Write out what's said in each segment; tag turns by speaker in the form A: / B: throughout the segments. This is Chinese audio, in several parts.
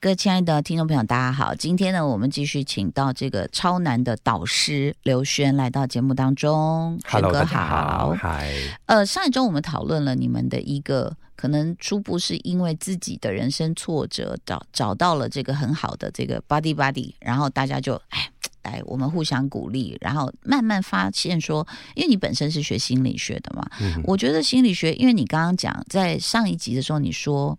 A: 各位亲爱的听众朋友，大家好！今天呢，我们继续请到这个超难的导师刘轩来到节目当中。轩
B: Hello，
A: 哥
B: 大家好，嗨，
A: 呃，上一周我们讨论了你们的一个可能初步是因为自己的人生挫折找找到了这个很好的这个 body body，然后大家就哎来我们互相鼓励，然后慢慢发现说，因为你本身是学心理学的嘛，
B: 嗯
A: 我觉得心理学，因为你刚刚讲在上一集的时候，你说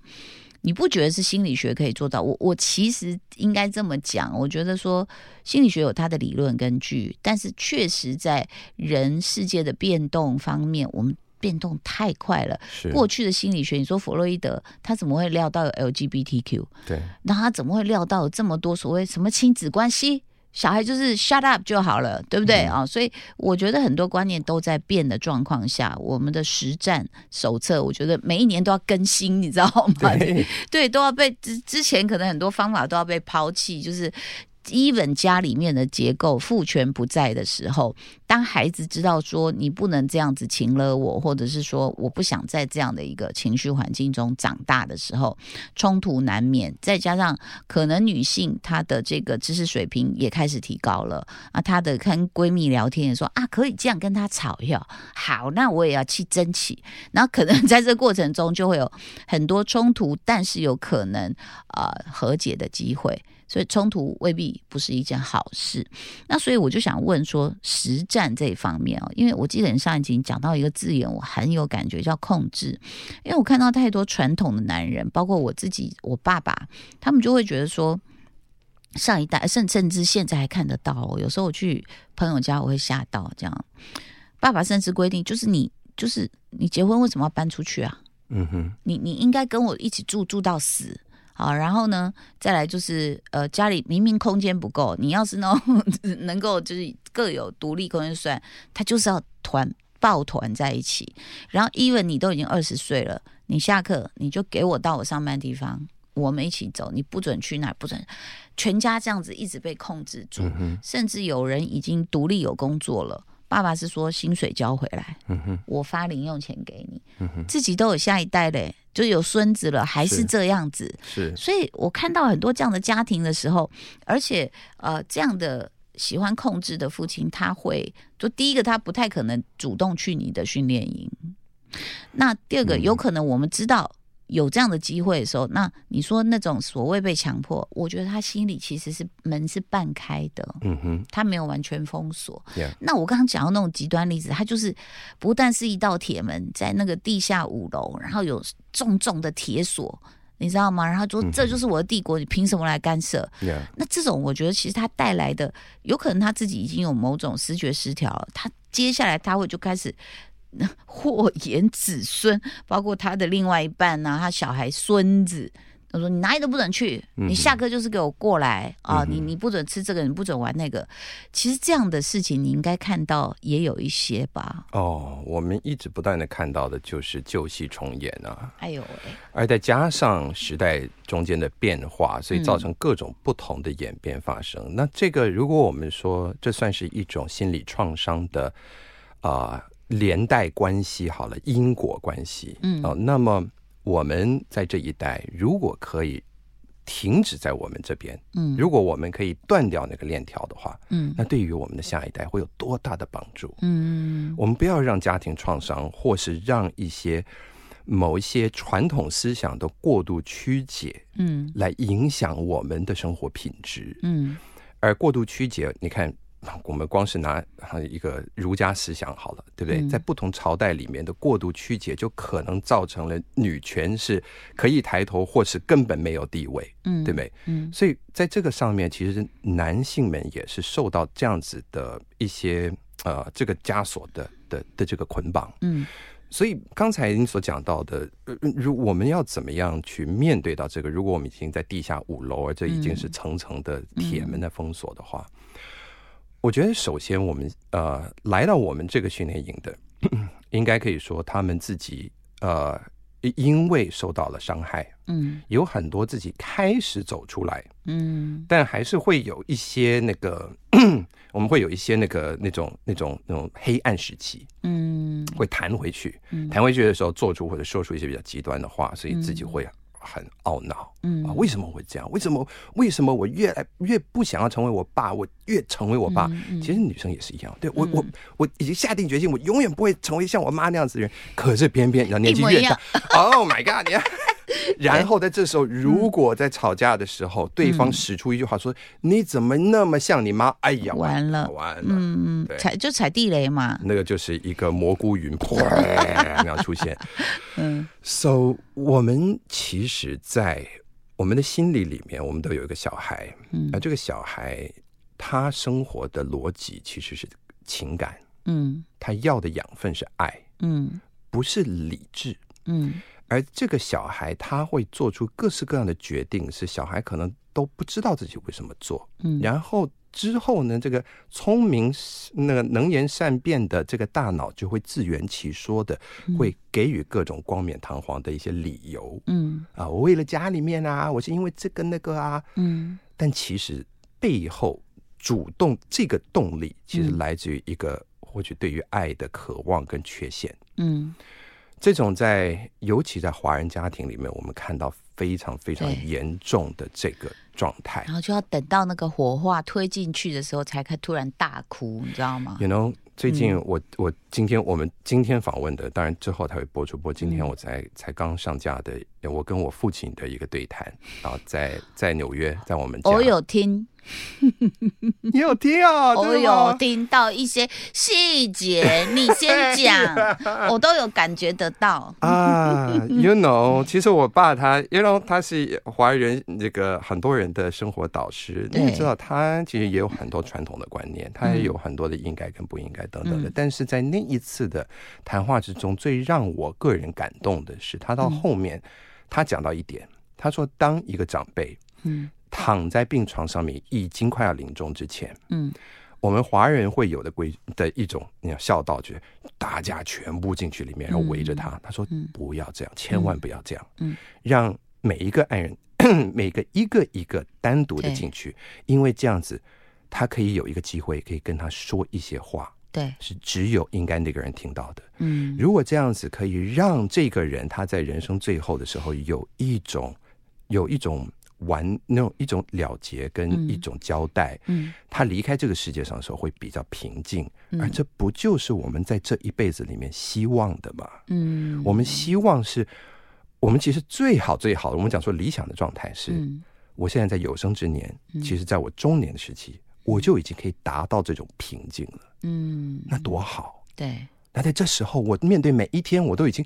A: 你不觉得是心理学可以做到，我我其实应该这么讲，我觉得说心理学有它的理论根据，但是确实在人世界的变动方面，我们变动太快了。
B: 是
A: 过去的心理学，你说弗洛伊德他怎么会料到有 LGBTQ？
B: 对，
A: 那他怎么会料到有这么多所谓什么亲子关系？小孩就是 shut up 就好了，对不对啊、所以我觉得很多观念都在变的状况下，我们的实战手册，我觉得每一年都要更新，你知道吗？
B: 对，
A: 对，都要被之之前可能很多方法都要被抛弃，就是。even 家里面的结构父权不在的时候，当孩子知道说你不能这样子情了我，或者是说我不想在这样的一个情绪环境中长大的时候，冲突难免。再加上可能女性她的这个知识水平也开始提高了啊，她的跟闺蜜聊天也说啊，可以这样跟她吵哟，好，那我也要去争取。然后可能 在这过程中就会有很多冲突，但是有可能呃和解的机会，所以冲突未必不是一件好事。那所以我就想问说，实战这一方面哦，因为我记得你上一集讲到一个字眼，我很有感觉，叫控制。因为我看到太多传统的男人，包括我自己，我爸爸，他们就会觉得说。上一代，甚甚至现在还看得到、哦。有时候我去朋友家，我会吓到这样。爸爸甚至规定，就是你，就是你结婚为什么要搬出去啊？
B: 嗯哼，
A: 你你应该跟我一起住住到死。好，然后呢，再来就是呃，家里明明空间不够，你要是呢 能够就是各有独立空间算，他就是要团抱团在一起。然后，even 你都已经二十岁了，你下课你就给我到我上班地方，我们一起走，你不准去哪儿，不准，全家这样子一直被控制住，
B: 嗯哼，
A: 甚至有人已经独立有工作了，爸爸是说薪水交回来，
B: 嗯哼，
A: 我发零用钱给你，
B: 嗯哼，
A: 自己都有下一代嘞，就有孙子了，还是
B: 是
A: 这样子。
B: 是，
A: 所以我看到很多这样的家庭的时候，而且呃，这样的喜欢控制的父亲，他会就第一个，他不太可能主动去你的训练营。那第二个，
B: 嗯
A: 有可能我们知道有这样的机会的时候，那你说那种所谓被强迫，我觉得他心里其实是门是半开的。
B: 嗯哼，
A: 他没有完全封锁。
B: Yeah
A: 那我刚刚讲到那种极端例子，它就是不但是一道铁门在那个地下五楼，然后有重重的铁锁，你知道吗？然后说
B: 嗯哼
A: 这就是我的帝国，你凭什么来干涉？
B: 呀，
A: 那这种我觉得其实他带来的，有可能他自己已经有某种视觉失调了，他接下来他会就开始。 呃祸延子孙，包括他的另外一半呐、他小孩、孙子，他说你哪里都不准去，
B: 嗯哼
A: 你下课就是给我过来啊、
B: 嗯哼
A: 你你不准吃这个，你不准玩那个。其实这样的事情你应该看到也有一些吧？
B: 哦，我们一直不断的看到的就是旧戏重演啊，
A: 哎呦喂，
B: 而再加上时代中间的变化，所以
A: 嗯
B: 造成各种不同的演变发生。那这个，如果我们说这算是一种心理创伤的啊、连带关系好了，因果关系，
A: 嗯
B: 哦，那么我们在这一代如果可以停止在我们这边，
A: 嗯
B: 如果我们可以断掉那个链条的话，
A: 嗯
B: 那对于我们的下一代会有多大的帮助？
A: 嗯
B: 我们不要让家庭创伤，或是让一些某一些传统思想的过度曲解，
A: 嗯
B: 来影响我们的生活品质。
A: 嗯
B: 而过度曲解，你看， 我们光是拿啊一个儒家思想好了，对不对？
A: 嗯
B: 在不同朝代里面的过度曲解，就可能造成了女权是可以抬头，或是根本没有地位，
A: 嗯，
B: 对不对？
A: 嗯
B: 所以在这个上面，其实男性们也是受到这样子的一些呃这个枷锁的的的这个捆绑。
A: 嗯
B: 所以刚才您所讲到的，呃如我们要怎么样去面对到这个？如果我们已经在地下五楼，啊而这已经是层层的铁门在封锁的话，我觉得首先我们呃来到我们这个训练营的， 应该可以说他们自己呃因为受到了伤害，
A: 嗯
B: 有很多自己开始走出来，
A: 嗯
B: 但还是会有一些那个， 我们会有一些那个那种那种那种黑暗时期
A: 嗯
B: 会弹回去
A: 嗯，
B: 弹回去的时候做出或者说出一些比较极端的话，所以自己会很懊恼，
A: 嗯
B: 啊，为什么会这样？为什么为什么我越来越不想要成为我爸，我越成为我爸？
A: 嗯
B: 其实女生也是一样，对我、我我已经下定决心，我永远不会成为像我妈那样子的人。可是偏偏然后年纪
A: 一模
B: 越
A: 一
B: 大
A: 样
B: ，Oh my God！你看 然后在这时候，如果在吵架的时候，对
A: 嗯
B: 方使出一句话说：“你怎么那么像你妈？”哎呀，
A: 完了
B: 完了，
A: 嗯
B: 对，
A: 踩就踩地雷嘛，
B: 那个就是一个蘑菇云， 噗，然后出现。
A: 嗯
B: So，我们其实，在我们的心理里面，我们都有一个小孩，
A: 嗯
B: 那这个小孩他生活的逻辑其实是情感，
A: 嗯
B: 他要的养分是爱，
A: 嗯
B: 不是理智。
A: 嗯
B: 而这个小孩他会做出各式各样的决定，是小孩可能都不知道自己为什么做。
A: 嗯
B: 然后之后呢，这个聪明、那个能言善辩的这个大脑就会自圆其说的，会给予各种冠冕堂皇的一些理由
A: 嗯
B: 啊，我为了家里面啊，我是因为这个那个啊，
A: 嗯
B: 但其实背后主动这个动力，其实
A: 嗯
B: 来自于一个或许对于爱的渴望跟缺陷。
A: 嗯，
B: 这种在尤其在华人家庭里面，我们看到非常非常
A: 对啊
B: 严重的这个状态。
A: 然后就要等到那个火化推进去的时候，才开突然大哭，你知道吗？
B: You know，最近我、我今天我们今天访问的，当然之后才会播出。不过今天我才、才刚上架的，我跟我父亲的一个对谈，然后在在纽约，在我们家。
A: 我有听，
B: 你有听啊？
A: 我
B: 真的吗
A: 有听到一些细节，你先 讲，我都有感觉得到。
B: 啊 ，You know，其实我爸他，You know，他是华人这个很多人的生活导师。你
A: 对
B: 也知道，他其实也有很多传统的观念，他也有很多的应该跟不应该等等的。
A: 嗯
B: 但是在那一次的谈话之中，最让我个人感动的是，
A: 嗯
B: 他到后面、他讲到一点，他说，当一个长辈
A: 嗯
B: 躺在病床上面，已经快要临终之前，
A: 嗯
B: 我们华人会有的规的一种，你要孝道，就是大家全部进去里面，然后围着他。他说
A: 嗯：“
B: 不要这样，千万不要这样，
A: 嗯
B: 让每一个爱人， 每个一个一个单独的
A: 对
B: 进去，因为这样子，他可以有一个机会，可以跟他说一些话，
A: 对，
B: 是只有应该那个人听到的。
A: 嗯
B: 如果这样子可以让这个人他在人生最后的时候有一种有一种完那种一种了结跟一种交代，
A: 嗯
B: 他离开这个世界上的时候会比较平静，
A: 嗯
B: 而这不就是我们在这一辈子里面希望的吗？
A: 嗯，
B: 我们希望是，我们其实最好最好的，我们讲说理想的状态是，
A: 嗯
B: 我现在在有生之年，其实在我中年的时期，我就已经可以达到这种平静了，
A: 嗯，
B: 那多好！
A: 对，
B: 那在这时候，我面对每一天，我都已经，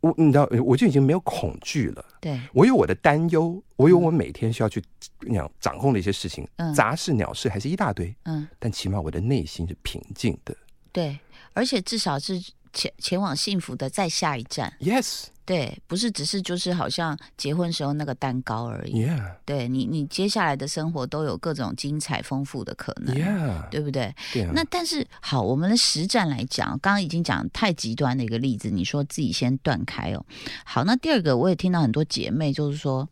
B: 我你知道，我就已经没有恐惧了。
A: 对，
B: 我有我的担忧，我有我每天需要去那样掌控的一些事情，
A: 嗯
B: 杂事鸟事还是一大堆，
A: 嗯
B: 但起码我的内心是平静的。
A: 对，而且至少是前前往幸福的再下一站，
B: Yes,
A: 对，不是只是就是好像结婚时候那个蛋糕而已。
B: yeah,
A: 对你，你接下来的生活都有各种精彩丰富的可能
B: yeah，
A: 对不对？
B: 对啊，
A: 那但是好，我们的实战来讲，刚刚已经讲太极端的一个例子，你说自己先断开哦。好，那第二个我也听到很多姐妹就是说，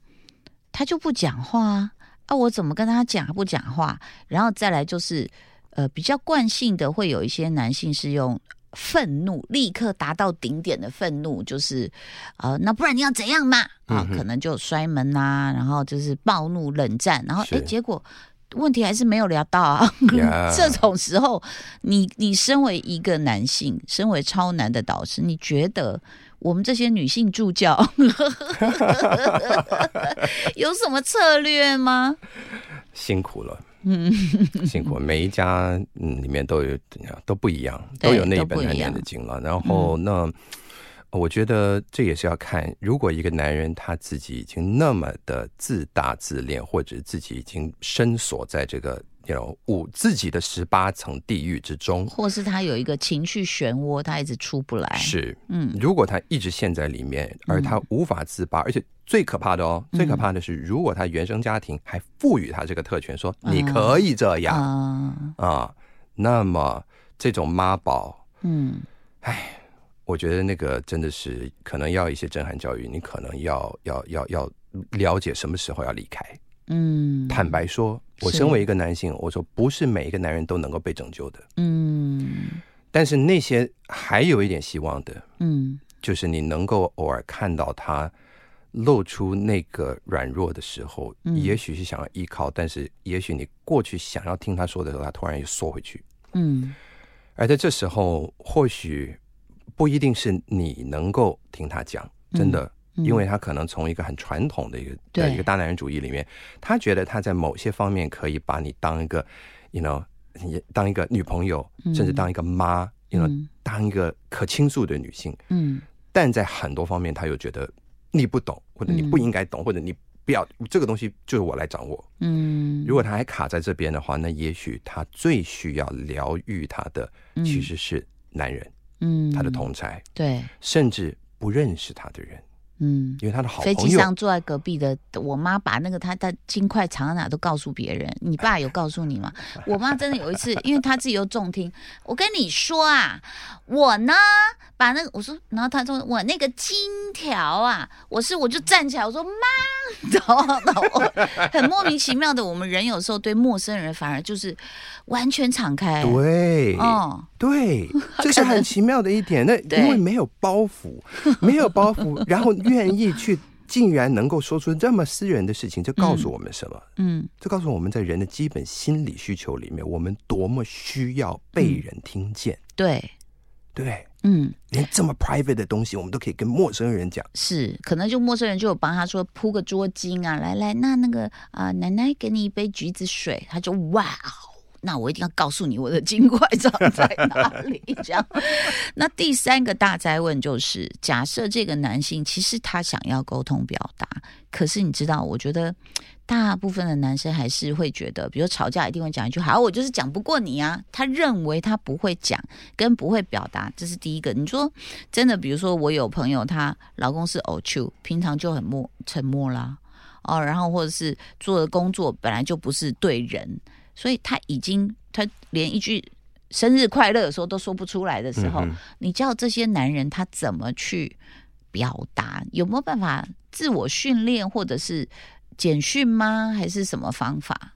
A: 她就不讲话啊，啊，我怎么跟她讲她不讲话？然后再来就是，呃，比较惯性的会有一些男性是用。愤怒立刻达到顶点的愤怒，就是，呃，那不然你要怎样嘛？啊
B: 嗯，哼
A: 可能就摔门呐、然后就是暴怒冷战，然后
B: 是
A: 哎，结果问题还是没有聊到啊。
B: Yeah
A: 这种时候，你你身为一个男性，身为超男的导师，你觉得我们这些女性助教 有什么策略吗？
B: 辛苦了。
A: 嗯
B: 辛苦，每一家嗯里面都有都不一样，
A: 对
B: 都有那一
A: 都不
B: 本
A: 一
B: 难念
A: 样
B: 的经了。然后
A: 嗯
B: 那、呃我觉得这也是要看，如果一个男人他自己已经那么的自大自恋，或者自己已经深锁在这个那种五自己的十八层地狱之中，
A: 或是他有一个情绪漩涡，他一直出不来？
B: 是
A: 嗯，
B: 如果他一直陷在里面，而他无法自拔，而且最可怕的哦，最
A: 嗯
B: 可怕的是，如果他原生家庭还赋予他这个特权，说
A: 嗯
B: 你可以这样。
A: 啊，
B: 啊，那么这种妈宝，
A: 嗯
B: 我觉得那个真的是可能要一些震撼教育，你可能要要要要了解什么时候要离开。
A: 嗯，
B: 坦白说，我
A: 是
B: 身为一个男性，我说不是每一个男人都能够被拯救的，
A: 嗯
B: 但是那些还有一点希望的，
A: 嗯
B: 就是你能够偶尔看到他露出那个软弱的时候，
A: 嗯
B: 也许是想要依靠，但是也许你过去想要听他说的时候，他突然又缩回去。
A: 嗯
B: 而在这时候，或许不一定是你能够听他讲，真的，
A: 嗯
B: 因为他可能从一个很传统的一个
A: 对
B: 的一个大男人主义里面，他觉得他在某些方面可以把你当一个，you know，你当一个女朋友，
A: 嗯
B: 甚至当一个妈，you know，、
A: 嗯
B: 当一个可倾诉的女性，
A: 嗯
B: 但在很多方面，他又觉得你不懂，或者你不应该懂，或者你不要这个东西就是我来掌握。
A: 嗯，
B: 如果他还卡在这边的话，那也许他最需要疗愈他的其实是男人，
A: 嗯
B: 他的同才，
A: 对
B: 甚至不认识他的人，
A: 嗯。
B: 因为他的好
A: 飞
B: 朋
A: 机
B: 友
A: 上坐在隔壁的我妈，把那个她的金块藏在哪都告诉别人。你爸有告诉你吗？我妈真的有一次，因为她自己又重听，我跟你说啊，我呢把那个我说，然后她说我那个金条啊，我是我就站起来我说妈，然后然后我很莫名其妙的，我们人有时候对陌生人反而就是完全敞开。
B: 对，
A: 哦，
B: 对， 这是很奇妙的一点。那
A: 对
B: 因为没有包袱，没有包袱，然后愿意去，竟然能够说出这么私人的事情，这告诉我们什么？
A: 嗯
B: 这告诉我们在人的基本心理需求里面，我们多么需要
A: 嗯
B: 被人听见，
A: 对，
B: 对不对？
A: 嗯。
B: 连这么 private 的东西，我们都可以跟陌生人讲。
A: 是，可能就陌生人就有帮他说铺个桌巾啊，来来，那那个啊、奶奶给你一杯橘子水，他就哇哦，那我一定要告诉你我的金块藏在哪里。这样，那第三个大灾问就是，假设这个男性其实他想要沟通表达，可是你知道，我觉得大部分的男生还是会觉得，比如吵架一定会讲一句“好，我就是讲不过你啊”，他认为他不会讲跟不会表达，这是第一个。你说真的，比如说我有朋友，她老公是偶丘，平常就很默沉默啦，哦，然后或者是做的工作本来就不是对人，所以他已经他连一句生日快乐的时候都说不出来的时候，
B: 嗯哼
A: 你叫这些男人他怎么去表达？有没有办法自我训练，或者是简讯吗？还是什么方法？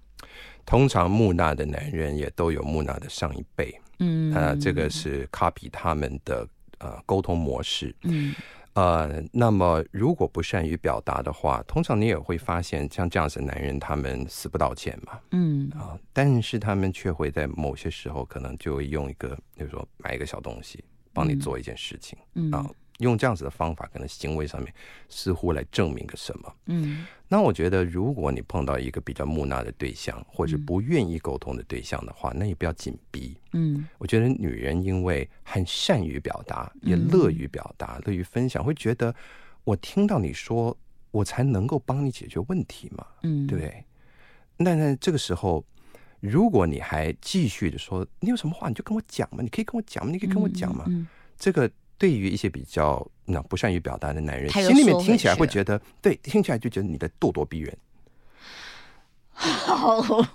B: 通常木讷的男人也都有木讷的上一辈，
A: 嗯，
B: 呃，这个是 copy 他们的呃沟通模式。
A: 嗯
B: 呃，那么如果不善于表达的话，通常你也会发现，像这样子的男人，他们死不道歉嘛，
A: 嗯
B: 啊、但是他们却会在某些时候可能就会用一个，比如说买一个小东西，帮你
A: 嗯
B: 做一件事情，
A: 嗯
B: 啊用这样子的方法，可能行为上面似乎来证明个什么。
A: 嗯
B: 那我觉得，如果你碰到一个比较木讷的对象，或者
A: 嗯
B: 不愿意沟通的对象的话，那也不要紧逼。
A: 嗯
B: 我觉得女人因为很善于表达，
A: 嗯
B: 也乐于表达，乐于分享，会觉得我听到你说，我才能够帮你解决问题嘛，
A: 嗯，
B: 对不，对？那那这个时候，如果你还继续的说，你有什么话你就跟我讲嘛，你可以跟我讲嘛，你可以跟我讲嘛，
A: 嗯
B: 这个对于一些比较那不善于表达的男人，
A: 他又
B: 心里面
A: 缩回
B: 听起来
A: 去
B: 会
A: 了
B: 觉得，对，听起来就觉得你在咄咄逼人。
A: 好，嗯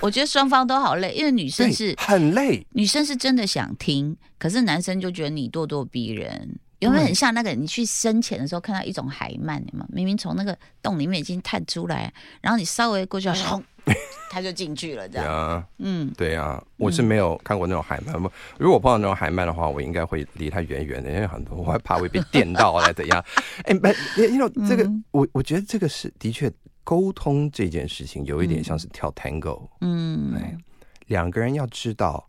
A: 我觉得双方都好累，因为女
B: 对
A: 生是
B: 很累，
A: 女生是真的想听，可是男生就觉得你咄咄逼人。有没有
B: 对
A: 很像那个你去深潜的时候看到一种海鳗，有没有明明从那个洞里面已经探出来，然后你稍微过去，轰， 它就进去了，这
B: 对
A: 样。
B: 啊，
A: 嗯
B: 对啊，我是没有看过那种海鳗。如果碰到那种海鳗的话，我应该会离它远远的，因为很多我还怕会被电到啊，怎 样？哎，不，因为
A: 嗯
B: 这个，我我觉得这个是的确沟通这件事情有一点像是跳 tango，
A: 嗯，
B: 哎，两个人要知道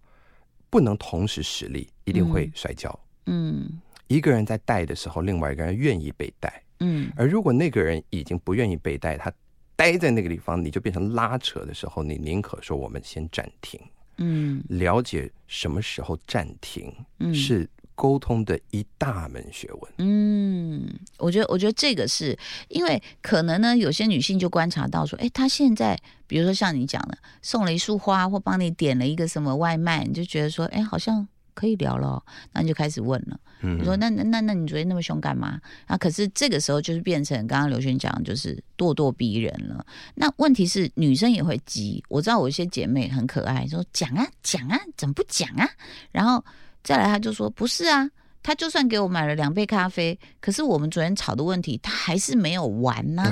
B: 不能同时使力，一定会摔跤。
A: 嗯
B: 一个人在带的时候，另外一个人愿意被带，
A: 嗯
B: 而如果那个人已经不愿意被带，他待在那个地方，你就变成拉扯的时候，你宁可说我们先暂停，
A: 嗯
B: 了解什么时候暂停
A: 嗯，
B: 是沟通的一大门学问。
A: 嗯，我觉得，我觉得这个是因为可能呢，有些女性就观察到说，哎，她现在，比如说像你讲的，送了一束花或帮你点了一个什么外卖，你就觉得说，哎，好像可以聊了哦、那你就开始问了。
B: 嗯
A: 你说那那那那你昨天那么凶干嘛？啊，可是这个时候就是变成刚刚刘璇讲的，就是咄咄逼人了。那问题是女生也会急，我知道我一些姐妹很可爱，说讲啊讲啊，怎么不讲啊？然后再来她就说不是啊，她就算给我买了两杯咖啡，可是我们昨天吵的问题，她还是没有完 呢、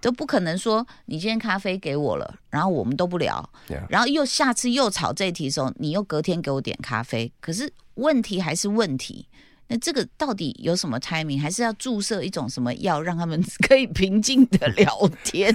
A: 都不可能说你今天咖啡给我了，然后我们都不聊
B: Yeah.
A: 然后又下次又吵这一题的时候，你又隔天给我点咖啡，可是问题还是问题，那这个到底有什么 timing？还是要注射一种什么药，让他们可以平静的聊 天？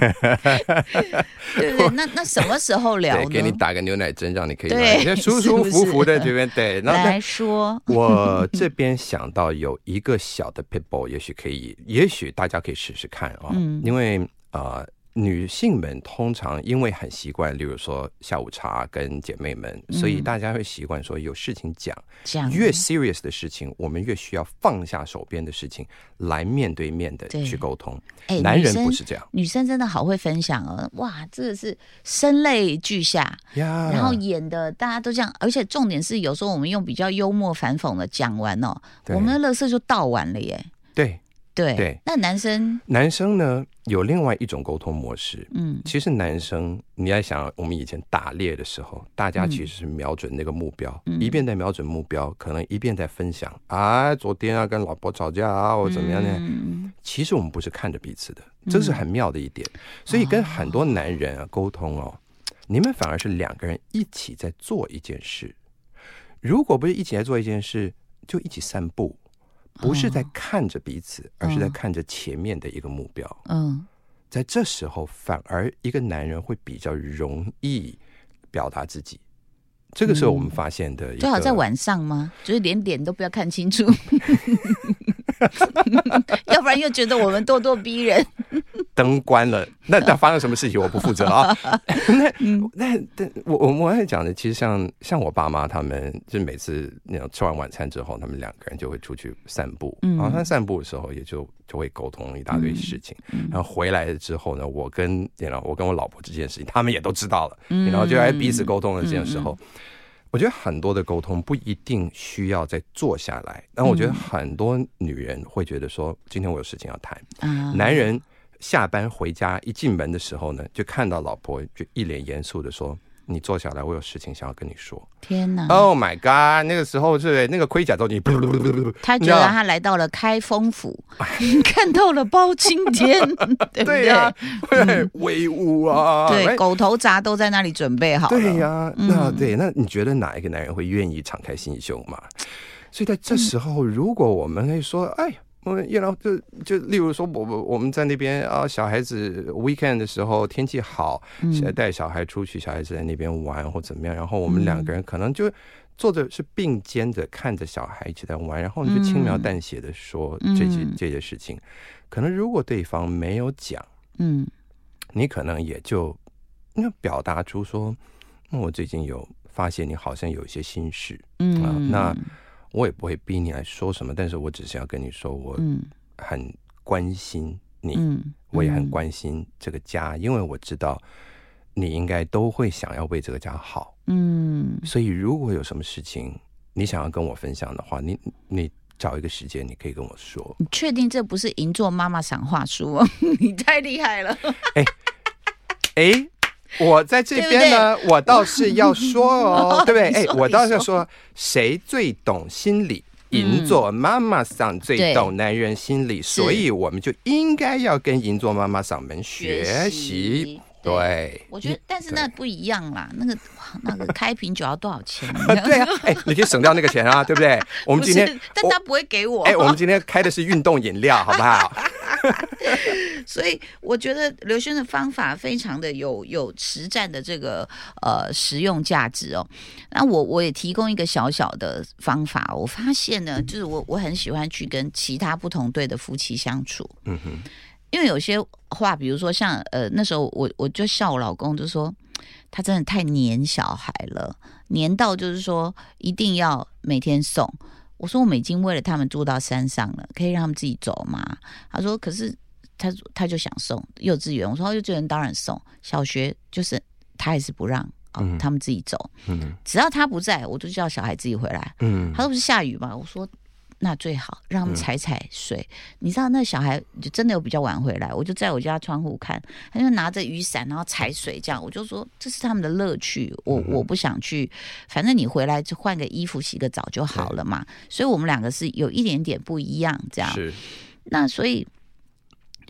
A: 对不对？那那什么时候聊
B: 对，
A: 呢？
B: 给你打个牛奶针，让你可以
A: 对
B: 让你舒舒服服的
A: 是不
B: 这边 对。然后
A: 来
B: 但
A: 说，
B: 我这边想到有一个小的 pitbull，也许可以，也许大家可以试试看啊、
A: 嗯
B: 因为呃，女性们通常因为很习惯，例如说下午茶跟姐妹们，
A: 嗯
B: 所以大家会习惯说有事情讲，
A: 这样
B: 越 serious 的事情，我们越需要放下手边的事情来面对面的
A: 对
B: 去沟通。
A: 哎
B: 男
A: 女
B: 人不
A: 生
B: 是这样
A: 女生真的好会分享哦，哇，这个是声泪俱下，
B: 呀，
A: 然后演的大家都这样，而且重点是有时候我们用比较幽默反讽的讲完哦，
B: 对
A: 我们的乐色就倒完了耶。
B: 对
A: 对，
B: 对
A: 那男生，
B: 男生呢有另外一种沟通模式，
A: 嗯，
B: 其实男生，你要想，我们以前打猎的时候，大家
A: 嗯
B: 其实是瞄准那个目标，一边在瞄准目标，可能一边在分享啊，昨天啊跟老婆吵架啊，我怎么样呢？
A: 嗯，
B: 其实我们不是看着彼此的，这是很妙的一点。所以跟很多男人啊沟通哦，你们反而是两个人一起在做一件事。如果不是一起在做一件事，就一起散步，不是在看着彼此，而是在看着前面的一个目标。
A: 嗯，
B: 在这时候，反而一个男人会比较容易表达自己。这个是我们发现的一个，
A: 最好在晚上吗？就是连脸都不要看清 楚，要不然又觉得我们咄咄逼人。
B: 灯关了，那那发生什么事情我不负责啊。那那但我我我在讲的，其实像像我爸妈他们，就每次那种吃完晚餐之后，他们两个人就会出去散步，
A: 嗯
B: 然后他散步的时候也就就会沟通一大堆事情，然后回来了之后呢，我跟然后我跟我老婆这件事情，他们也都知道了，然后就在彼此沟通的这件时候。我觉得很多的沟通不一定需要再坐下来，但我觉得很多女人会觉得说，今天我有事情要谈，
A: 啊，
B: 男人下班回家一进门的时候呢，就看到老婆就一脸严肃的说：“你坐下来，我有事情想要跟你说。
A: 天哪！
B: Oh my god！那个时候是那个盔甲都已经，
A: 他觉
B: 你知
A: 得
B: 道
A: 他来到了开封府， 看到了包青 天，对不嗯
B: 对呀、对，威武啊，
A: 对，
B: 哎
A: 狗头铡都在那里准备好了。
B: 对呀、那对，那你觉得哪一个男人会愿意敞开心胸嘛？所以在这时候，如果我们可以说，哎。我们然后就就例如说，我我我们在那边啊，小孩子 weekend 的时候天气好，
A: 嗯
B: 带小孩出去，小孩子在那边玩或怎么样，然后我们
A: 嗯
B: 两个人可能就坐着是并肩的看着小孩一起在玩，然后你就轻描淡写的说
A: 嗯
B: 这些、这些事情。可能如果对方没有讲，
A: 嗯
B: 你可能也就那表达出说，嗯我最近有发现你好像有一些心事，啊
A: 嗯，
B: 那我也不会逼你来说什么，但是我只是要跟你说，我
A: 嗯
B: 很关心你。
A: 嗯，
B: 我也很关心这个家，因为我知道你应该都会想要为这个家好，
A: 嗯，
B: 所以如果有什么事情你想要跟我分享的话，你你找一个时间，你可以跟我说。
A: 你确定这不是银座妈妈赏画书哦？ 你太厉害 了！
B: 哎、我在这边呢，我倒是要 说哦，对不对？
A: 你
B: 哎、
A: 说
B: 我倒是要说，谁最懂心理？银座妈妈桑最
A: 对
B: 懂男人心理，所以我们就应该要跟银座妈妈桑们学习。对，
A: 我觉得，但是那不一样啦。那个哇，那个开瓶酒要多少钱？
B: 啊， 对啊，哎、你可以省掉那个钱啊，对不对？ 我们
A: 不
B: 今
A: 是
B: 天，，
A: 但他不会给我。
B: 哎、我们今天开的是运动饮料，好 不好？
A: 所以我觉得刘轩的方法非常的有有实战的这个呃实用价值哦。那我我也提供一个小小的方法，我发现呢，就是我我很喜欢去跟其他不同队的夫妻相处，
B: 嗯哼，
A: 因为有些话，比如说像呃那时候我我就笑我老公，就说他真的太黏小孩了，黏到就是说一定要每天送。我说我们已经为了他们住到山上了，可以让他们自己走吗？他说可是他他就想送幼稚园，我说哦幼稚园当然送，小学就是他还是不让哦
B: 嗯，
A: 他们自己走，
B: 嗯
A: 只要他不在，我就叫小孩自己回来。
B: 嗯
A: 他说不是下雨嘛，我说那最好让他们踩踩水。你知道那小孩就真的有比较晚回来，我就在我家窗户看，他就拿着雨伞然后踩水这样，我就说这是他们的乐趣，我
B: 嗯
A: 我不想去，反正你回来就换个衣服洗个澡就好了嘛。所以我们两个是有一点点不一样这样。
B: 是，
A: 那所以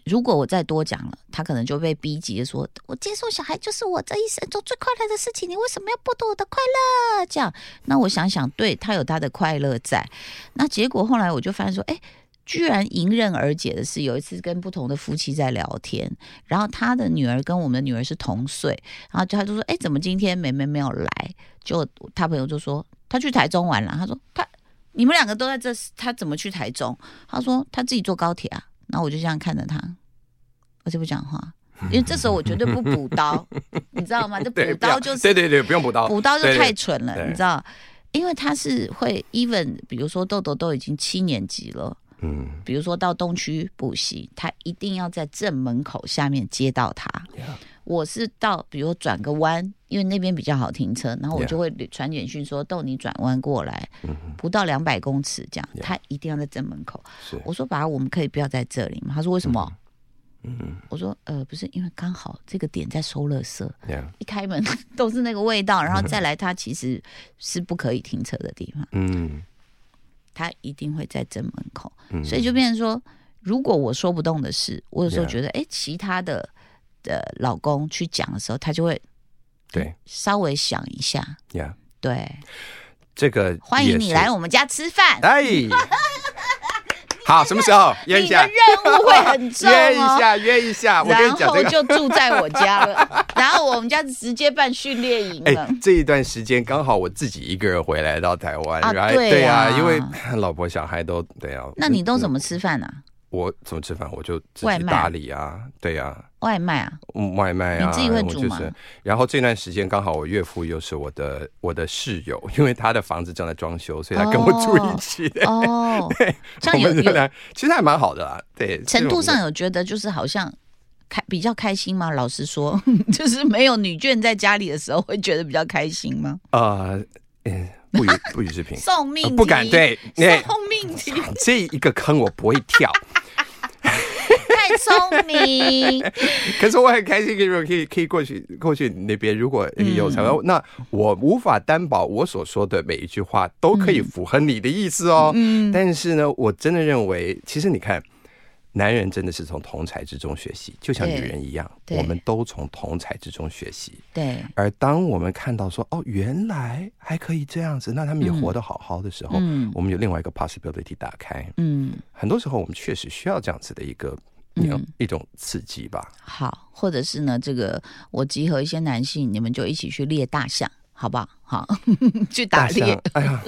A: 如果我再多讲了，他可能就被逼急的说：“我接受小孩就是我这一生中最快乐的事情，你为什么要剥夺我的快乐？”这样，那我想想，对他有他的快乐在。那结果后来我就发现说，哎。居然迎刃而解的是，有一次跟不同的夫妻在聊天，然后他的女儿跟我们的女儿是同岁，然后就他就说：“哎，怎么今天梅梅没有来？”就他朋友就说：“他去台中玩了。”他说：“他你们两个都在这，他怎么去台中？”他说：“他自己坐高铁啊。”然后我就这样看 着他，我就不讲话，因为这时候我绝对不补刀，你知道吗？这补刀就是
B: 对啊对对，不用补刀，
A: 补刀就
B: 哦对对
A: 太蠢了，
B: 对
A: 你知道？因为他是会 even，比如说豆豆都已经七年级了。
B: 嗯
A: 比如说到东区补习，他一定要在正门口下面接到他。
B: ，yeah,
A: 我是到，比如转个弯，因为那边比较好停车，然后我
B: Yeah.
A: 就会传简讯说逗你转弯过来，
B: 嗯哼
A: 不到两百公尺这样，
B: Yeah.
A: 他一定要在正门口。
B: 是
A: 我说爸，我们可以不要在这里吗？他说为什么？
B: 嗯
A: 我说呃，不是，因为刚好这个点在收垃圾，
B: yeah,
A: 一开门 都是那个味 道，然后再来他其实是不可以停车的地方，
B: 嗯
A: 他一定会在正门口。
B: 嗯，
A: 所以就变成说，如果我说不动的事，我有时候
B: Yeah.
A: 觉得，哎、其他的呃老公去讲的时候，他就会
B: 对
A: 稍微想一下。
B: 呀，
A: 对，
B: 这个
A: 欢迎你来
B: 我，
A: 我们家吃饭，
B: 哎，好，什么时候约一
A: 你的
B: 下？
A: 任务会很重
B: 约一
A: 哦。
B: 下，约一下，我跟
A: 然
B: 你讲
A: 后
B: 这个。
A: 就住在我家 了，然后我们家直接办训练营
B: 哎、
A: 了。
B: 这一段时间刚好我自己一个人回来到台湾，
A: 啊
B: 然后
A: 对
B: 对
A: 啊
B: 因为老婆小孩都对啊。
A: 那你都
B: 么？
A: 怎么吃饭啊？
B: 我怎么吃饭？我就自
A: 外
B: 己
A: 卖
B: 打理啊，对呀、
A: 外卖啊？
B: 嗯外卖啊，
A: 你自己会
B: 我
A: 煮
B: 就
A: 吗
B: 是。然后这段时间刚好我岳父又是我的 我的室友，因为他的房子正在装修，所以他跟我住一起 的。
A: 哦，这
B: 我
A: 样有
B: 们这
A: 有
B: 俩其实还蛮好的啦，对，
A: 程度上
B: 有
A: 有觉得就是好像开比较开心吗？老实说， 就是没有女眷在家里的时候，会觉得比较开心吗？
B: 呃，嗯不予 不予置评，
A: 送命
B: 呃
A: 题
B: 不敢 对，哎，
A: 送命题
B: 这一个坑我不会跳，
A: 太聪明，
B: 可是我很开心，可以可以可以过去过去你那边，如果有
A: 嗯
B: 什么，那我无法担保我所说的每一句话都可以符合你的意思哦。嗯，但是呢，我真的认为，其实你看，男人真的是从同才之中学习，就像
A: 对
B: 女人一样，
A: 对
B: 我们都从同才之中学习。
A: 对，
B: 而当我们看到说，哦，原来还可以这样子，那他们也活得好好的时候，
A: 嗯
B: 我们有另外一个 possibility 打开。
A: 嗯，
B: 很多时候，我们确实需要这样子的一个。
A: 嗯
B: 一种一种刺激吧，
A: 好，或者是呢，这个我集合一些男性，你们就一起去猎大象，好不好？好， 去打
B: 大
A: 猎
B: 象，，哎呀，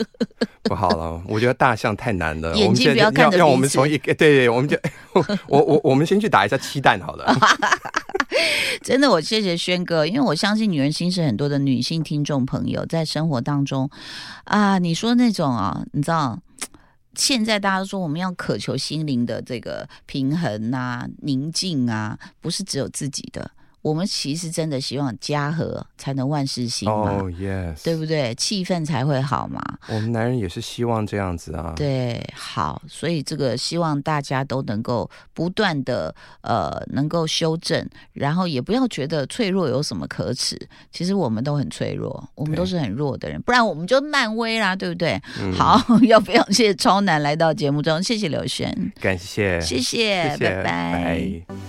B: 不好了，我觉得大象太难了。
A: 眼睛
B: 我们现在
A: 不要看着
B: 要让我
A: 彼
B: 们
A: 此
B: 从一个对对，我们就我我我们先去打一下鸡蛋好了。
A: 真的，我谢谢轩哥，因为我相信女人心事很多的女性听众朋友在生活当中啊，你说那种啊，你知道。现在大家都说我们要渴求心灵的这个平衡啊、宁静啊，不是只有自己的。我们其实真的希望家和才能万事兴嘛，
B: 哦、yes，
A: 对不对？气氛才会好嘛。
B: 我们男人也是希望这样子啊。
A: 对，好，所以这个希望大家都能够不断的呃，能够修正，然后也不要觉得脆弱有什么可耻。其实我们都很脆弱，我们
B: 对
A: 都是很弱的人，不然我们就漫威啦，对不对？
B: 嗯，
A: 好， 要非常谢谢超男来到节目中，谢谢刘璇，
B: 感谢，
A: 谢谢，
B: 谢谢，
A: 拜拜
B: 拜